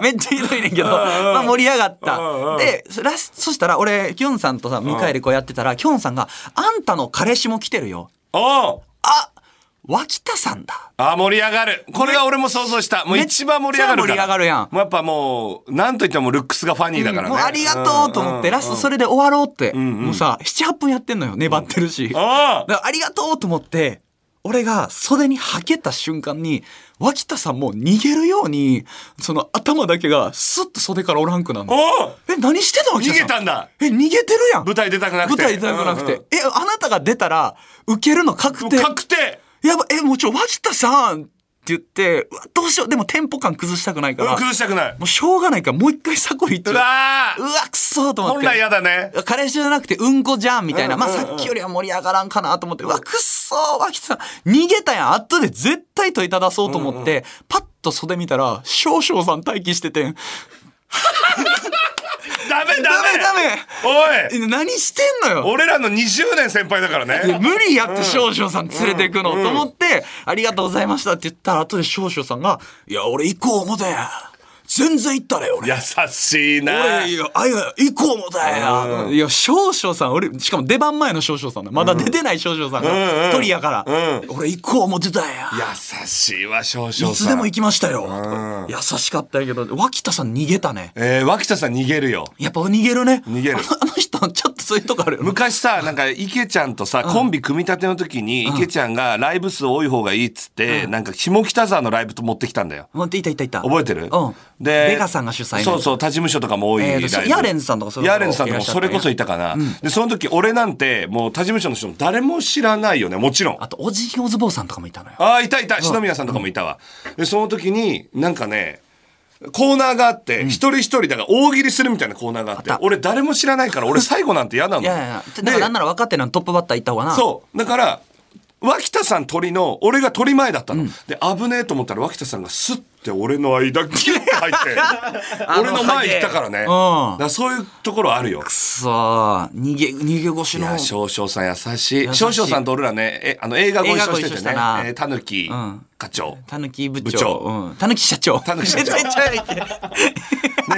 [SPEAKER 3] めっちゃひどいねんけど、まあ盛り上がった。で、ラスそしたら俺、きょんさんとさ、向かいでこうやってたら、きょんさんが、あんたの彼氏も来てるよ。
[SPEAKER 2] おう
[SPEAKER 3] あ、脇田さんだ。
[SPEAKER 2] あー盛り上がるこれが俺も想像したもう一番盛り上がるから
[SPEAKER 3] めっちゃ盛り上がるやん
[SPEAKER 2] もうやっぱもうなんといってもルックスがファニーだからね、
[SPEAKER 3] もうありがとうと思って、ラストそれで終わろうって。もうさ、7、8分やってんのよ、粘ってるし。だか
[SPEAKER 2] あ
[SPEAKER 3] らありがとうと思って、俺が袖にはけた瞬間に、脇田さんも逃げるように、その頭だけがスッと袖からおらんくなる
[SPEAKER 2] お
[SPEAKER 3] の。え、何してんの
[SPEAKER 2] 逃
[SPEAKER 3] 脇田さ
[SPEAKER 2] げ
[SPEAKER 3] ん
[SPEAKER 2] たんだ
[SPEAKER 3] え、逃げてるやん
[SPEAKER 2] 舞台出たくなく
[SPEAKER 3] 舞
[SPEAKER 2] て
[SPEAKER 3] 台出たくなくて、
[SPEAKER 2] うん
[SPEAKER 3] えあなたが出たら受けるの確
[SPEAKER 2] う
[SPEAKER 3] 定
[SPEAKER 2] ん確定
[SPEAKER 3] やばえもうちょ脇田さんって言ってうわどうしようでもテンポ感崩したくないから、
[SPEAKER 2] うん
[SPEAKER 3] も
[SPEAKER 2] 崩したくないう
[SPEAKER 3] しょうがないからもう一回サコリ行っちゃ
[SPEAKER 2] う
[SPEAKER 3] う
[SPEAKER 2] わー
[SPEAKER 3] うわくそーと思って
[SPEAKER 2] 本来嫌だね
[SPEAKER 3] 彼氏じゃなくてうんこじゃんみたいな、まあ、
[SPEAKER 2] うんうんうん
[SPEAKER 3] さっきよりは盛り上がらんかなと思って、うわくっそー脇田さん逃げたやん後で絶対問いただそうと思って、パッと袖見たら少々さん待機しててん
[SPEAKER 2] ダメダメ
[SPEAKER 3] ダメダメ
[SPEAKER 2] おい
[SPEAKER 3] え何してんのよ
[SPEAKER 2] 俺らの20年先輩だから
[SPEAKER 3] い
[SPEAKER 2] ね
[SPEAKER 3] や無理やって少々さん連れてくの、と思って、ありがとうございましたって言ったら、後で少々さんが、いや、俺行こう思てん。全然行ったね、俺。
[SPEAKER 2] 優しいな
[SPEAKER 3] 俺、いや、あいや、行こう思たんや。いや、少々さん、俺、しかも出番前の少々さんだ。まだ出てない少々さんが、鳥やから、俺行こう思ってたんや。
[SPEAKER 2] 優しいわ少々さん
[SPEAKER 3] いつでも行きましたよ。優しかったんやけど、脇田さん逃げたね。
[SPEAKER 2] えー、脇田さん逃げるよ
[SPEAKER 3] やっぱ逃げるね。
[SPEAKER 2] 逃げる
[SPEAKER 3] あの人、ちょっとそういうとこあるよね。
[SPEAKER 2] 昔さなんか池ちゃんとさ、コンビ組み立ての時に池ちゃんがライブ数多い方がいいっつって、なんか下北沢のライブと持ってきたんだよ
[SPEAKER 3] 待って、いたいたいた。
[SPEAKER 2] 覚えてる、
[SPEAKER 3] うん。
[SPEAKER 2] で
[SPEAKER 3] ベガさんが主催の
[SPEAKER 2] そうそう他事務所とかも多いライブ、
[SPEAKER 3] えーとヤーレンズさんとかそれこそ
[SPEAKER 2] ヤーレンズさんとかも
[SPEAKER 3] いらっしゃ
[SPEAKER 2] そ
[SPEAKER 3] った
[SPEAKER 2] れこそいたかな、でその時俺なんてもう他事務所の人も誰も知らないよねもちろん
[SPEAKER 3] あと、おじぎおずぼうさんとかもいたのよ。
[SPEAKER 2] ああ、いたいた、篠宮さんとかもいたわ。で、その時に、なんかね、コーナーがあって、一人一人だから大喜利するみたいなコーナーがあって、
[SPEAKER 3] あった
[SPEAKER 2] 俺誰も知らないから、俺最後なんて嫌なの。
[SPEAKER 3] いやいやいや、だからなんなら分かってんのトップバッターいった方がな。
[SPEAKER 2] そう。だから、脇田さん鳥の、俺が鳥前だったの。で、危ねえと思ったら脇田さんがスッって俺の間キュッて入って
[SPEAKER 3] [laughs]
[SPEAKER 2] 俺の前行ったからねだからそういうところあるよ
[SPEAKER 3] くそー逃げ逃げ腰
[SPEAKER 2] い
[SPEAKER 3] の
[SPEAKER 2] や少々さん優しい
[SPEAKER 3] 優しい
[SPEAKER 2] 少々さんと俺らねえあの映画ご一緒して
[SPEAKER 3] 映画ご一緒してた
[SPEAKER 2] ね
[SPEAKER 3] な
[SPEAKER 2] えーたぬき
[SPEAKER 3] ん
[SPEAKER 2] 課長
[SPEAKER 3] たぬき部長
[SPEAKER 2] 部長
[SPEAKER 3] うん、たぬき社長
[SPEAKER 2] たぬき社長
[SPEAKER 3] [laughs] 全然ちゃうやんけ
[SPEAKER 2] [laughs] ね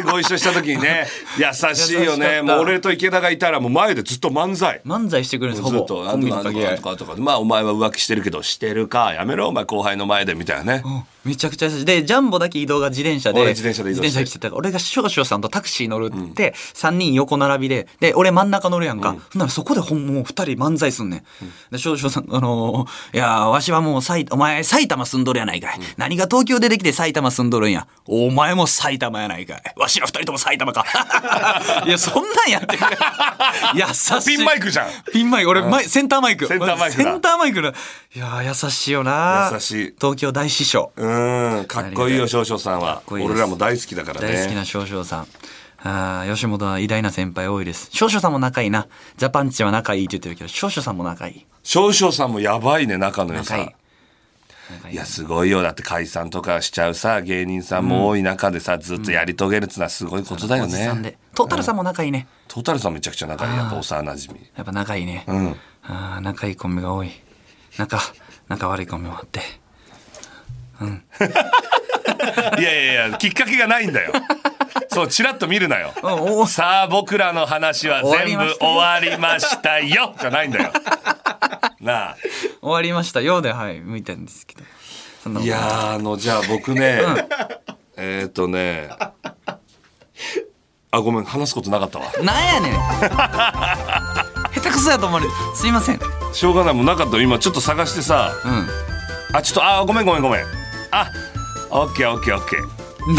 [SPEAKER 2] ご一緒した時にね
[SPEAKER 3] [laughs]
[SPEAKER 2] 優しいよ
[SPEAKER 3] 優しか
[SPEAKER 2] ね
[SPEAKER 3] った
[SPEAKER 2] もう俺と池田がいたらもう前でずっと漫才
[SPEAKER 3] 漫才してくれるんです
[SPEAKER 2] ず
[SPEAKER 3] ほ
[SPEAKER 2] っ
[SPEAKER 3] ぼ
[SPEAKER 2] と「
[SPEAKER 3] コ
[SPEAKER 2] あん
[SPEAKER 3] ン
[SPEAKER 2] と
[SPEAKER 3] ビ
[SPEAKER 2] か
[SPEAKER 3] の
[SPEAKER 2] なんと
[SPEAKER 3] 掛け合
[SPEAKER 2] か
[SPEAKER 3] い
[SPEAKER 2] とかとか」まあお前は浮気してるけどしてるかやめろお前後輩の前でみたいなね
[SPEAKER 3] めちゃくちゃ優しいでジャンボだけ移動が自転車で
[SPEAKER 2] 俺自転車で移動して
[SPEAKER 3] 自転車来てたから俺が少々さんとタクシー乗るって、三3人横並びでで俺真ん中乗るやんか、ほんならそこでほんもう2人漫才すんねん、で少々さん「あのーいやーわしはもう埼お前埼玉住んどるやないかい、何が東京出てきて埼玉住んどるんやお前も埼玉やないかいわしら2人とも埼
[SPEAKER 2] [laughs]
[SPEAKER 3] 玉かいやそんなんやってくれ優しい
[SPEAKER 2] ピンマイクじゃん
[SPEAKER 3] ピンマイク俺マイセンターマイク
[SPEAKER 2] センターマイクだ
[SPEAKER 3] センターマイクだいやー優しいよな
[SPEAKER 2] 優しい
[SPEAKER 3] 東京大師匠
[SPEAKER 2] うんかっこいいよ少々さんは
[SPEAKER 3] こいいです
[SPEAKER 2] 俺らも大好きだからね
[SPEAKER 3] 大好きな少々さん。あー吉本は偉大な先輩多いです。少々さんも仲いいな。ジャパンチは仲いいって言ってるけど、少々さんも仲いい。
[SPEAKER 2] 少々さんもやばいね仲の良
[SPEAKER 3] 仲いい
[SPEAKER 2] さ。いやすごいよだって解散とかしちゃうさ芸人さんも多い中でさ、ずっとやり遂げるってのはすごいことだよ
[SPEAKER 3] おじさん
[SPEAKER 2] ね
[SPEAKER 3] で。トータルさんも仲いいね。
[SPEAKER 2] トータルさんめちゃくちゃ仲いいやっぱ幼馴染み
[SPEAKER 3] やっぱ仲いいね。あー仲いいコンビが多い。仲、仲悪いコンビもあって。
[SPEAKER 2] いやいやいやきっかけがないん
[SPEAKER 3] [laughs]
[SPEAKER 2] だよそうチラッと見るなよ
[SPEAKER 3] うんおー
[SPEAKER 2] さあ僕らの話は全部終
[SPEAKER 3] 終
[SPEAKER 2] わりましたよじゃないんだよなあ
[SPEAKER 3] 終わりましたようで、はい、向いたんですけど。そんなこ
[SPEAKER 2] い
[SPEAKER 3] と
[SPEAKER 2] やーあのじゃあ僕ね、えっとねあごめん話すことなかったわ
[SPEAKER 3] なん
[SPEAKER 2] [laughs]
[SPEAKER 3] やねん下手くそやと思われる。すいません。うん。
[SPEAKER 2] しょうがないもうなかったよ今ちょっと探してさあちょっとあごめんごめんごめんあオッケーオッケーオッケー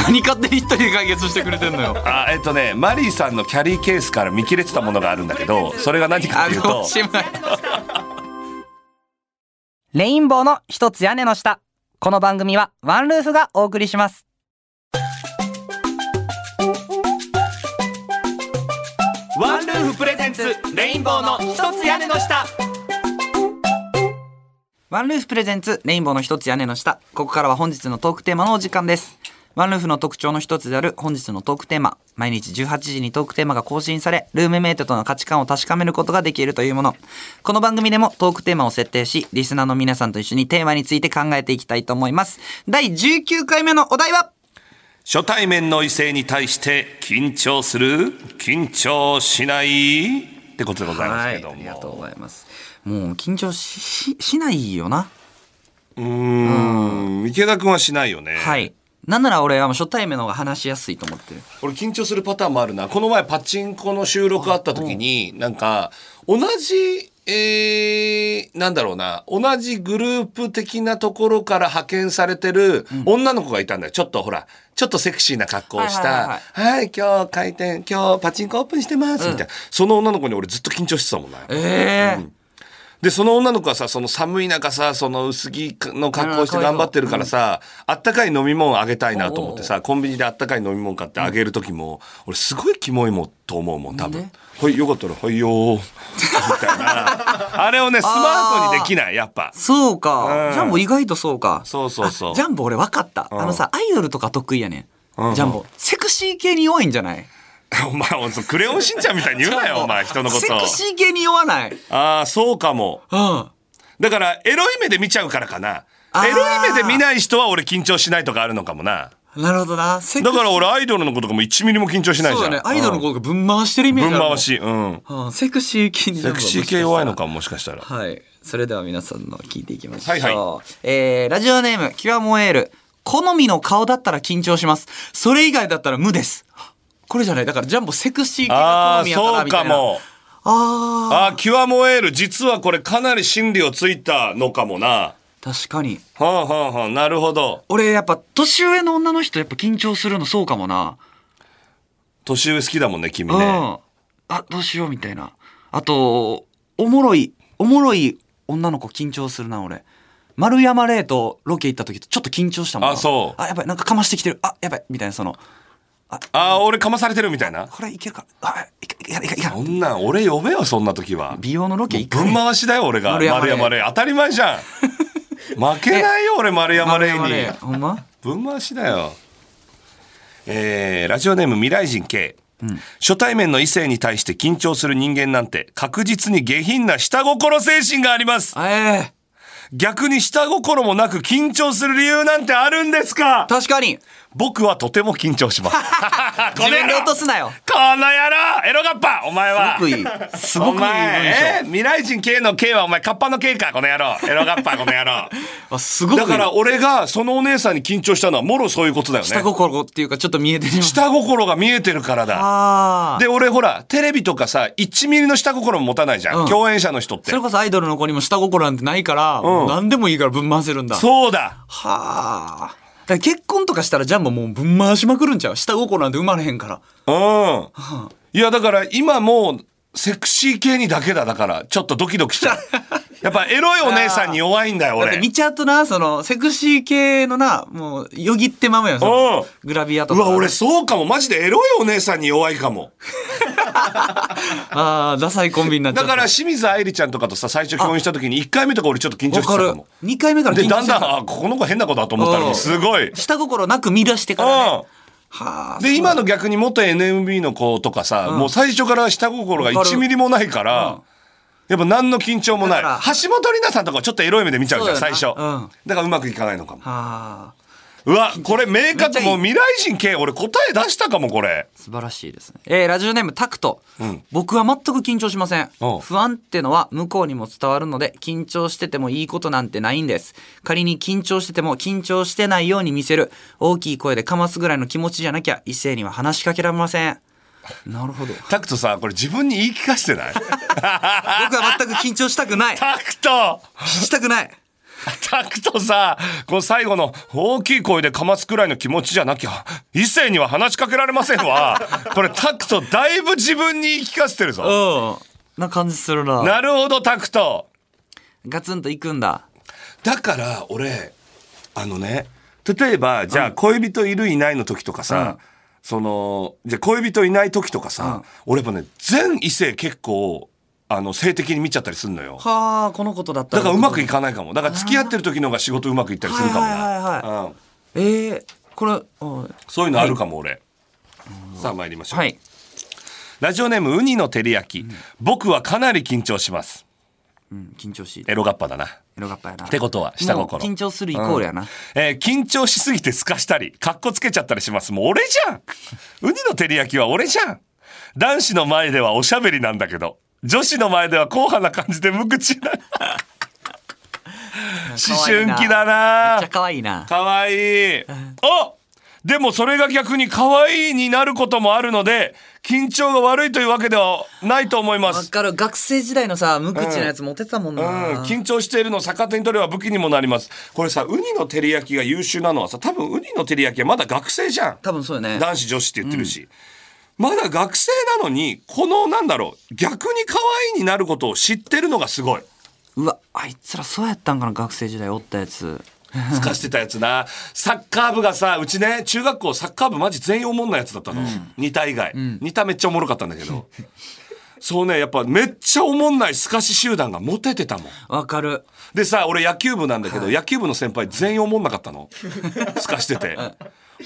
[SPEAKER 3] 何勝手に一人で解決してくれてんのよ。
[SPEAKER 2] あえっとねマリーさんのキャリーケースから見切れてたものがあるんだけどそれが何か
[SPEAKER 3] あ
[SPEAKER 2] っていう
[SPEAKER 3] の、
[SPEAKER 2] と
[SPEAKER 3] おしまい。
[SPEAKER 4] [laughs] レインボーの一つ屋根の下。この番組はワンルーフがお送りします。
[SPEAKER 2] ワンルーフプレゼンツレインボーの一つ屋根の下
[SPEAKER 3] ワンルーフプレゼンツレインボーの一つ屋根の下。ここからは本日のトークテーマのお時間です。ワンルーフの特徴の一つである本日のトークテーマ。毎日18時にトークテーマが更新され、ルームメイトとの価値観を確かめることができるというもの。この番組でもトークテーマを設定し、リスナーの皆さんと一緒にテーマについて考えていきたいと思います。第19回目のお題は
[SPEAKER 2] 初対面の異性に対して緊張する緊張しないってことでございますけど
[SPEAKER 3] ありがとう
[SPEAKER 2] も
[SPEAKER 3] ございます。もう緊張し、ししないよな。
[SPEAKER 2] うーん池田君はしないよね
[SPEAKER 3] はい。なんなら俺はもう初対面の方が話しやすいと思ってる。
[SPEAKER 2] 俺緊張するパターンもあるなこの前パチンコの収録あった時になんか同じえー、なんだろうな同じグループ的なところから派遣されてる女の子がいたんだよちょっとほらちょっとセクシーな格好をし
[SPEAKER 3] はいはい
[SPEAKER 2] た「はい今日開店今日パチンコオープンしてます」みたいなその女の子に俺ずっと緊張してたもんな、
[SPEAKER 3] ええ
[SPEAKER 2] でその女の子はさその寒い中さその薄着の格好をして頑張ってるからさ、あったかい飲み物あげたいなと思ってさコンビニであったかい飲み物買ってあげる時も、俺すごいキモいもんと思うもん多
[SPEAKER 3] なん
[SPEAKER 2] 分
[SPEAKER 3] で。
[SPEAKER 2] はいよかったらはいよーみたいなあれをねスマートにできないやっぱ
[SPEAKER 3] そうか、
[SPEAKER 2] うん
[SPEAKER 3] ジャンボ意外とそうか
[SPEAKER 2] そうそうそう
[SPEAKER 3] あジャンボ俺分かった、あのさアイドルとか得意やねん、ジャンボセクシー系に弱いんじゃない
[SPEAKER 2] お前お前クレヨンしんちゃんみたいに言うなよお前人のこ
[SPEAKER 3] セ
[SPEAKER 2] と
[SPEAKER 3] クシー系に弱ないうん
[SPEAKER 2] ああそうかも
[SPEAKER 3] あ
[SPEAKER 2] だからエロい目で見ちゃうからかな
[SPEAKER 3] あー
[SPEAKER 2] エロい目で見ない人は俺緊張しないとかあるのかもな
[SPEAKER 3] なるほどなセク
[SPEAKER 2] だから俺アイドルの子とかも1ミリも緊張しないじ
[SPEAKER 3] そう
[SPEAKER 2] ゃ
[SPEAKER 3] だ
[SPEAKER 2] ん
[SPEAKER 3] ねアイドルの子がぶん回してるイメージ
[SPEAKER 2] 分
[SPEAKER 3] あるもん
[SPEAKER 2] 回し、うん。
[SPEAKER 3] うんセクシー系に弱
[SPEAKER 2] セ
[SPEAKER 3] い
[SPEAKER 2] クシー系弱いの
[SPEAKER 3] もし
[SPEAKER 2] かも、もしかしたら
[SPEAKER 3] し。かしたらはいそれでは皆さんの聞いていきましょ
[SPEAKER 2] は
[SPEAKER 3] う、
[SPEAKER 2] いは
[SPEAKER 3] えーラジオネームキュアモエール好みの顔だったら緊張しますそれ以外だったら無ですこれじゃないだからジャンボセクシー系
[SPEAKER 2] あ
[SPEAKER 3] が好
[SPEAKER 2] あ、
[SPEAKER 3] みやから
[SPEAKER 2] そう
[SPEAKER 3] みた
[SPEAKER 2] か
[SPEAKER 3] いな
[SPEAKER 2] も。
[SPEAKER 3] あ
[SPEAKER 2] ああ、キュアモエール、実はこれかなり心理をついたのかもな。
[SPEAKER 3] ー確かに
[SPEAKER 2] はあ、はあはあ、なるほど。
[SPEAKER 3] 俺やっぱ年上の女の人やっぱ緊張するのそうかもな、
[SPEAKER 2] 年上好きだもんね、君
[SPEAKER 3] うん
[SPEAKER 2] ね。
[SPEAKER 3] あどうしようみたいなあとおもろいおもろい女の子緊張するな俺丸山礼とロケ行った時とちょっと緊張したもんな
[SPEAKER 2] あそう
[SPEAKER 3] あやばいなんかかましてきてるあやばいみたいなその
[SPEAKER 2] ああ、俺かまされてるみたいな。
[SPEAKER 3] これいけるかあいかいかいかいか
[SPEAKER 2] そんなん、俺呼べよ、そんな時は。
[SPEAKER 3] 美容のロケ行く
[SPEAKER 2] ぶん回しだよ、俺が。
[SPEAKER 3] 丸
[SPEAKER 2] 丸
[SPEAKER 3] 山礼 [laughs]
[SPEAKER 2] 山礼。当たり前じゃん。負けないよ、俺、丸山礼に。
[SPEAKER 3] ほんま
[SPEAKER 2] ぶん回しだよ。えーラジオネーム未来人 K。初対面の異性に対して緊張する人間なんて確実に下品な下心精神があります。
[SPEAKER 3] ええ
[SPEAKER 2] 逆に下心もなく緊張する理由なんてあるんですか
[SPEAKER 3] 確かに
[SPEAKER 2] 僕はとても緊張します。こ
[SPEAKER 3] [laughs] 自
[SPEAKER 2] の
[SPEAKER 3] 分
[SPEAKER 2] 野
[SPEAKER 3] で
[SPEAKER 2] 郎
[SPEAKER 3] 落とすなよ
[SPEAKER 2] この野郎エロガッパお前は
[SPEAKER 3] すごくいいすごくいい文章
[SPEAKER 2] お前えー未来人 K の K はお前カッパの K かこの野郎エロガッパこの野郎
[SPEAKER 3] あ [laughs] すごくい
[SPEAKER 2] だ
[SPEAKER 3] い
[SPEAKER 2] から俺がそのお姉さんに緊張したのはもろそういうことだよね
[SPEAKER 3] 下心っていうかちょっと見えてしまう
[SPEAKER 2] 下心が見えてるからだ
[SPEAKER 3] ああ
[SPEAKER 2] で俺ほらテレビとかさ1ミリの下心も持たないじゃん、
[SPEAKER 3] うん
[SPEAKER 2] 共演者の人って
[SPEAKER 3] それこそアイドルの子にも下心なんてないから、
[SPEAKER 2] ん
[SPEAKER 3] 何でもいいからぶん回せるんだは
[SPEAKER 2] そうだ
[SPEAKER 3] あだから結婚とかしたらジャンボもうぶん回しまくるんちゃう下心なんて生まれへんから
[SPEAKER 2] うんいやだから今もうセクシー系にだけだだからちょっとドキドキしち
[SPEAKER 3] [laughs]
[SPEAKER 2] ゃうやっぱエロいお姉さんに弱いんだよ
[SPEAKER 3] だって
[SPEAKER 2] 俺
[SPEAKER 3] 見ちゃうとなそのセクシー系のなもうよぎってまうやんそのグラビアと
[SPEAKER 2] う
[SPEAKER 3] か
[SPEAKER 2] わ俺そうかもマジでエロいお姉さんに弱いかも
[SPEAKER 3] ああダサいコンビになっちゃ
[SPEAKER 2] だ
[SPEAKER 3] った
[SPEAKER 2] から清水愛理ちゃんとかとさ最初共演した時に1回目とか俺ちょっと緊張してた
[SPEAKER 3] わ
[SPEAKER 2] か
[SPEAKER 3] かる
[SPEAKER 2] も
[SPEAKER 3] 2回目から
[SPEAKER 2] で
[SPEAKER 3] 緊張
[SPEAKER 2] だん
[SPEAKER 3] して
[SPEAKER 2] だ
[SPEAKER 3] た
[SPEAKER 2] んあこの子変な子だと思ったの
[SPEAKER 3] う
[SPEAKER 2] に
[SPEAKER 3] ん
[SPEAKER 2] すごい
[SPEAKER 3] 下心なく見出してからねはあ
[SPEAKER 2] で今の逆に元 NMB の子とかさ、もう最初から下心が
[SPEAKER 3] わかる
[SPEAKER 2] 1ミリもないから、やっぱ何の緊張もない
[SPEAKER 3] だから
[SPEAKER 2] 橋本里奈さんとかちょっとエロい目で見ちゃうじゃん
[SPEAKER 3] そうだ
[SPEAKER 2] 最
[SPEAKER 3] な
[SPEAKER 2] 初、
[SPEAKER 3] うん
[SPEAKER 2] だからうまくいかないのかも
[SPEAKER 3] はあ
[SPEAKER 2] うわこれ明
[SPEAKER 3] めっちゃ
[SPEAKER 2] 確
[SPEAKER 3] いい
[SPEAKER 2] もう未来人系俺答え出したかもこれ
[SPEAKER 3] 素晴らしいですね。えーラジオネームタクト、僕は全く緊張しません
[SPEAKER 2] おう。
[SPEAKER 3] 不安ってのは向こうにも伝わるので、緊張しててもいいことなんてないんです。仮に緊張してても緊張してないように見せる。大きい声でかますぐらいの気持ちじゃなきゃ、異性には話しかけられません。なるほど。
[SPEAKER 2] タクトさこれ自分に言い聞かせて
[SPEAKER 3] [laughs]
[SPEAKER 2] ない
[SPEAKER 3] 僕は全く緊張したくない。
[SPEAKER 2] [laughs] タクト
[SPEAKER 3] したくない。
[SPEAKER 2] タクトさこの最後の大きい声でかますくらいの気持ちじゃなきゃ異性には話しかけられませんわこれタクトだいぶ自分に言い聞かせてるぞ
[SPEAKER 3] うん。な感じするな。
[SPEAKER 2] なるほどタクト
[SPEAKER 3] ガツンといくんだ。
[SPEAKER 2] だから俺あのね例えばじゃあ恋人いるいないの時とかさ、そのじゃあ恋人いない時とかさ、俺やっぱね全異性結構あの性的に見ちゃったりするのよ。
[SPEAKER 3] はあ、このことだった
[SPEAKER 2] だからうまくい
[SPEAKER 3] か
[SPEAKER 2] かないかもだから付き合ってる時の方が仕事うまくいったりするかも
[SPEAKER 3] はいはいはい
[SPEAKER 2] なうん
[SPEAKER 3] えー、これ、うん
[SPEAKER 2] そういうのあるかも俺さあ参りましょう、
[SPEAKER 3] はい。
[SPEAKER 2] ラジオネームウニの照り焼き、僕はかなり緊張します
[SPEAKER 3] うん、緊張しい。
[SPEAKER 2] エロガッパだな
[SPEAKER 3] エロガッパやな。
[SPEAKER 2] ってことは下心
[SPEAKER 3] もう緊張するイコールやな。
[SPEAKER 2] えー緊張しすぎてすかしたり、かっこつけちゃったりします。もう俺じゃんウニの照り焼きは俺じゃん男子の前ではおしゃべりなんだけど、女子の前では硬派な感じで無口
[SPEAKER 3] [laughs]
[SPEAKER 2] な。思春期だ
[SPEAKER 3] めっ
[SPEAKER 2] な
[SPEAKER 3] ちゃ可愛いな。
[SPEAKER 2] かわいい。あでもそれが逆に可愛いになることもあるので、緊張が悪いというわけではないと思いま
[SPEAKER 3] わ
[SPEAKER 2] す。
[SPEAKER 3] かる。学生時代のさ、無口なやつモテたもん
[SPEAKER 2] うん
[SPEAKER 3] な。、
[SPEAKER 2] 緊張しているのを逆手に取れば武器にもなります。これさ、ウニの照り焼きが優秀なのはさ、多分ウニの照り焼きはまだ学生じゃん。
[SPEAKER 3] 多分そうよね。
[SPEAKER 2] 男子女子って言ってるし、まだ学生なのにこのなんだろう逆に可愛いになることを知ってるのがすごいう
[SPEAKER 3] わ、あいつらそうやったんかな、学生時代おったやつ。
[SPEAKER 2] すかしてたやつなサッカー部がさうちね中学校サッカー部マジ全員おもんなやつだったの、2体以外、2体めっちゃおもろかったんだけどそうねやっぱめっちゃおもんないすかし集団がモテてたもん
[SPEAKER 3] わかる。
[SPEAKER 2] でさ俺野球部なんだけど、野球部の先輩全員おもんなかったの [laughs] すかしてて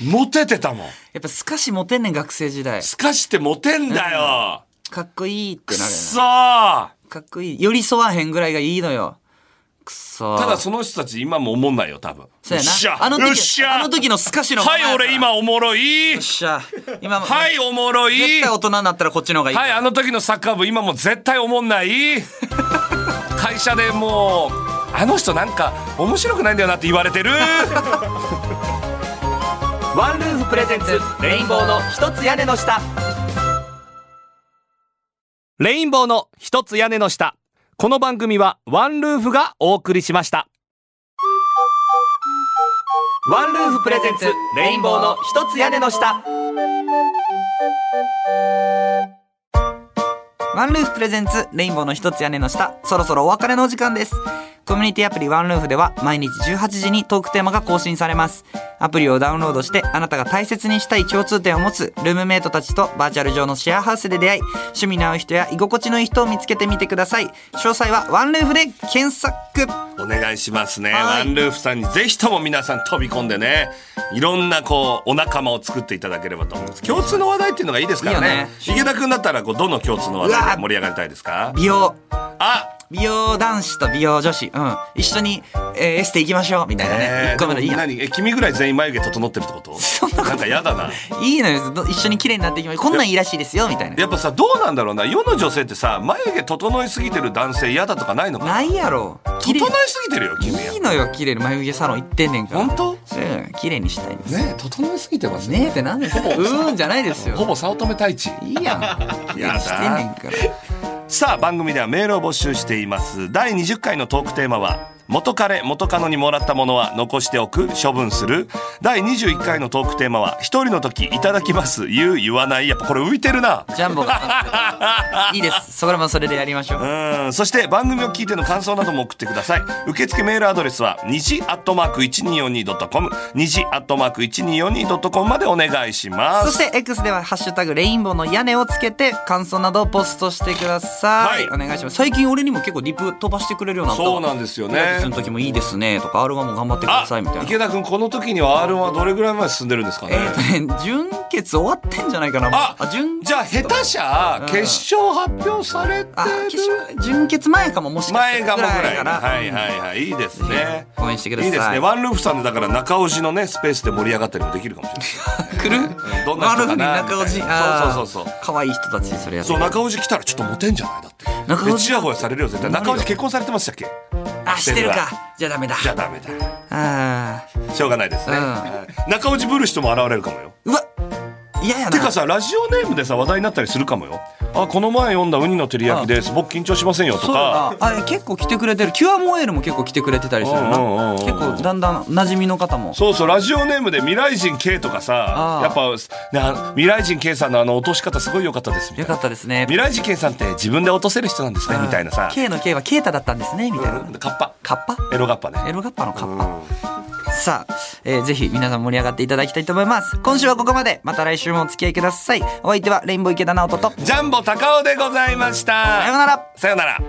[SPEAKER 2] モテてたもん
[SPEAKER 3] やっぱすかしモテんねん、学生時代。
[SPEAKER 2] すかしてモテんだよ、
[SPEAKER 3] かっこいいって
[SPEAKER 2] くっ
[SPEAKER 3] なるよ
[SPEAKER 2] そー
[SPEAKER 3] な。かっこいい。寄り添わへんぐらいがいいのよ。くっそー。
[SPEAKER 2] ただその人たち今も思んないよ多分
[SPEAKER 3] そうや
[SPEAKER 2] っしゃ
[SPEAKER 3] な。あの
[SPEAKER 2] よっし
[SPEAKER 3] 時、
[SPEAKER 2] ゃ
[SPEAKER 3] あの時のすかしのまま
[SPEAKER 2] は
[SPEAKER 3] やから
[SPEAKER 2] い俺。今おもろい
[SPEAKER 3] よっしゃ。今も。
[SPEAKER 2] はいおもろい
[SPEAKER 3] 絶対大人になったらこっちの方がいい。
[SPEAKER 2] はいあの時のサッカー部今も絶対おもんない会社でもうあの人なんか面白くないんだよなって言われてる
[SPEAKER 4] [laughs] ワンルーフプレゼンツレインボーの一つ屋根の下
[SPEAKER 2] レインボーの一つ屋根の下この番組はワンルーフがお送りしました
[SPEAKER 4] ワンルーフプレゼンツレインボーの一つ屋根の下
[SPEAKER 3] ワンルーフプレゼンツレインボーの一つ屋根の下そろそろお別れのお時間ですコミュニティアプリワンルーフでは毎日18時にトークテーマが更新されますアプリをダウンロードしてあなたが大切にしたい共通点を持つルームメイトたちとバーチャル上のシェアハウスで出会い趣味の合う人や居心地のいい人を見つけてみてください詳細はワンルーフで検索
[SPEAKER 2] お願いしますね。
[SPEAKER 3] はい
[SPEAKER 2] ワンルーフさんにぜひとも皆さん飛び込んでね、いろんなこう、お仲間を作っていただければと思います。共通の話題っていうのがいいですからね。
[SPEAKER 3] いいよね
[SPEAKER 2] 池田くんだったら、こう、どの共通の話
[SPEAKER 3] う
[SPEAKER 2] 題
[SPEAKER 3] わ
[SPEAKER 2] で盛り上がりたいですか
[SPEAKER 3] 美容
[SPEAKER 2] あ
[SPEAKER 3] 美容男子と美容女子、うん、一緒に、えーエステ行きましょうみたいなね、
[SPEAKER 2] えー
[SPEAKER 3] 1個目のいい
[SPEAKER 2] でも
[SPEAKER 3] や
[SPEAKER 2] 何え君ぐらい全員眉毛整ってるってことなんか嫌だな。
[SPEAKER 3] いいのよど一緒に綺麗になっていきましょうこんなんいいらしいですよみたいな
[SPEAKER 2] やっぱさ、どうなんだろうな。世の女性ってさ、眉毛整いすぎてる男性嫌だとかないのかな
[SPEAKER 3] ないやろ綺
[SPEAKER 2] 整い
[SPEAKER 3] 麗
[SPEAKER 2] すぎてるよ、君
[SPEAKER 3] いいのよ綺麗に眉毛サロン行ってんねんから
[SPEAKER 2] 本当
[SPEAKER 3] うん綺麗にしたいですね
[SPEAKER 2] ね整いすぎてます
[SPEAKER 3] ねえってなんですかうーんじゃないですよ
[SPEAKER 2] ぼ早乙女太一。
[SPEAKER 3] いいやん
[SPEAKER 2] やだ
[SPEAKER 3] してんねんから
[SPEAKER 2] さあ番組ではメールを募集しています第20回のトークテーマは元彼元カノにもらったものは残しておく処分する第21回のトークテーマは一人の時いただきます言う言わないやっぱこれ浮いてるな
[SPEAKER 3] ジャンボがいいですそれもそれでやりましょう
[SPEAKER 2] うんそして番組を聞いての感想なども送ってください受付メールアドレスは虹アットマーク 1242.com 虹アットマーク 1242.com までお願いしま
[SPEAKER 3] そ
[SPEAKER 2] す
[SPEAKER 3] して X では「ハッシュタグレインボーの屋根」をつけて感想などをポストしてください、
[SPEAKER 2] は
[SPEAKER 3] お願いします最近俺にも結構リプ飛ばしてくれるようになったわ
[SPEAKER 2] そうなんですよね
[SPEAKER 3] ピラティスの時もいいですねとか R1 も頑張ってくだ
[SPEAKER 2] あ
[SPEAKER 3] さいみたいな
[SPEAKER 2] 池田君この時には R はどれぐらいまで進んでるんですかね、
[SPEAKER 3] えーとね準決終わってんじゃないかなもう
[SPEAKER 2] あ
[SPEAKER 3] 準
[SPEAKER 2] じゃあ下手者
[SPEAKER 3] うん
[SPEAKER 2] 決勝発表されて
[SPEAKER 3] あ決
[SPEAKER 2] る
[SPEAKER 3] 勝準決前かももしか
[SPEAKER 2] 前
[SPEAKER 3] したら
[SPEAKER 2] がもぐらい
[SPEAKER 3] か
[SPEAKER 2] ね
[SPEAKER 3] な
[SPEAKER 2] はいはいはいいいですね
[SPEAKER 3] 応援してくだ
[SPEAKER 2] い
[SPEAKER 3] さい
[SPEAKER 2] いですねワンルーフさんでだから中押しのねスペースで盛り上がったりもできるかもしれ
[SPEAKER 3] [laughs]
[SPEAKER 2] ない
[SPEAKER 3] 来る
[SPEAKER 2] どんな人かな
[SPEAKER 3] ワルフに中落ち
[SPEAKER 2] みたいな
[SPEAKER 3] あー
[SPEAKER 2] そうそうそうそう
[SPEAKER 3] 可愛い人たちそれやって
[SPEAKER 2] そう中押し来たらちょっとモテんじゃないだって
[SPEAKER 3] 中尾
[SPEAKER 2] でちやほやされるよ絶対中押し結婚されてました
[SPEAKER 3] [laughs]
[SPEAKER 2] っけ
[SPEAKER 3] あしてる
[SPEAKER 2] してる
[SPEAKER 3] かじゃあダメだ
[SPEAKER 2] じゃあダメだ
[SPEAKER 3] あー
[SPEAKER 2] しょうがないですね
[SPEAKER 3] うん
[SPEAKER 2] はい中押しぶる人も現れるかもよ
[SPEAKER 3] うわ嫌やな
[SPEAKER 2] てかさラジオネームでさ話題になったりするかもよあこの前読んだウニの照り焼きです僕緊張しませんよと
[SPEAKER 3] そう
[SPEAKER 2] か
[SPEAKER 3] だあ結構来てくれてるキュアモエールも結構来てくれてたりするな
[SPEAKER 2] うんうんうんうん
[SPEAKER 3] 結構だんだん馴染みの方も
[SPEAKER 2] そうそうラジオネームで未来人 K とかさ
[SPEAKER 3] あー
[SPEAKER 2] やっぱ、ねあ未来人 K さんのあの落とし方すごい良かったですみたい
[SPEAKER 3] よ
[SPEAKER 2] な
[SPEAKER 3] かったですね
[SPEAKER 2] 未来人 K さんって自分で落とせる人なんですねみたいなさ
[SPEAKER 3] K の K はケータだったんですねみたいな
[SPEAKER 2] カッパ
[SPEAKER 3] カッパ
[SPEAKER 2] エロガッパね
[SPEAKER 3] エロガッパのカッパさあ、えーぜひ皆さん盛り上がっていただきたいと思います今週はここまでまた来週もお付き合いくださいお相手はレインボー池田直人と
[SPEAKER 2] ジャンボ高尾でございました
[SPEAKER 3] さようなら
[SPEAKER 2] さようなら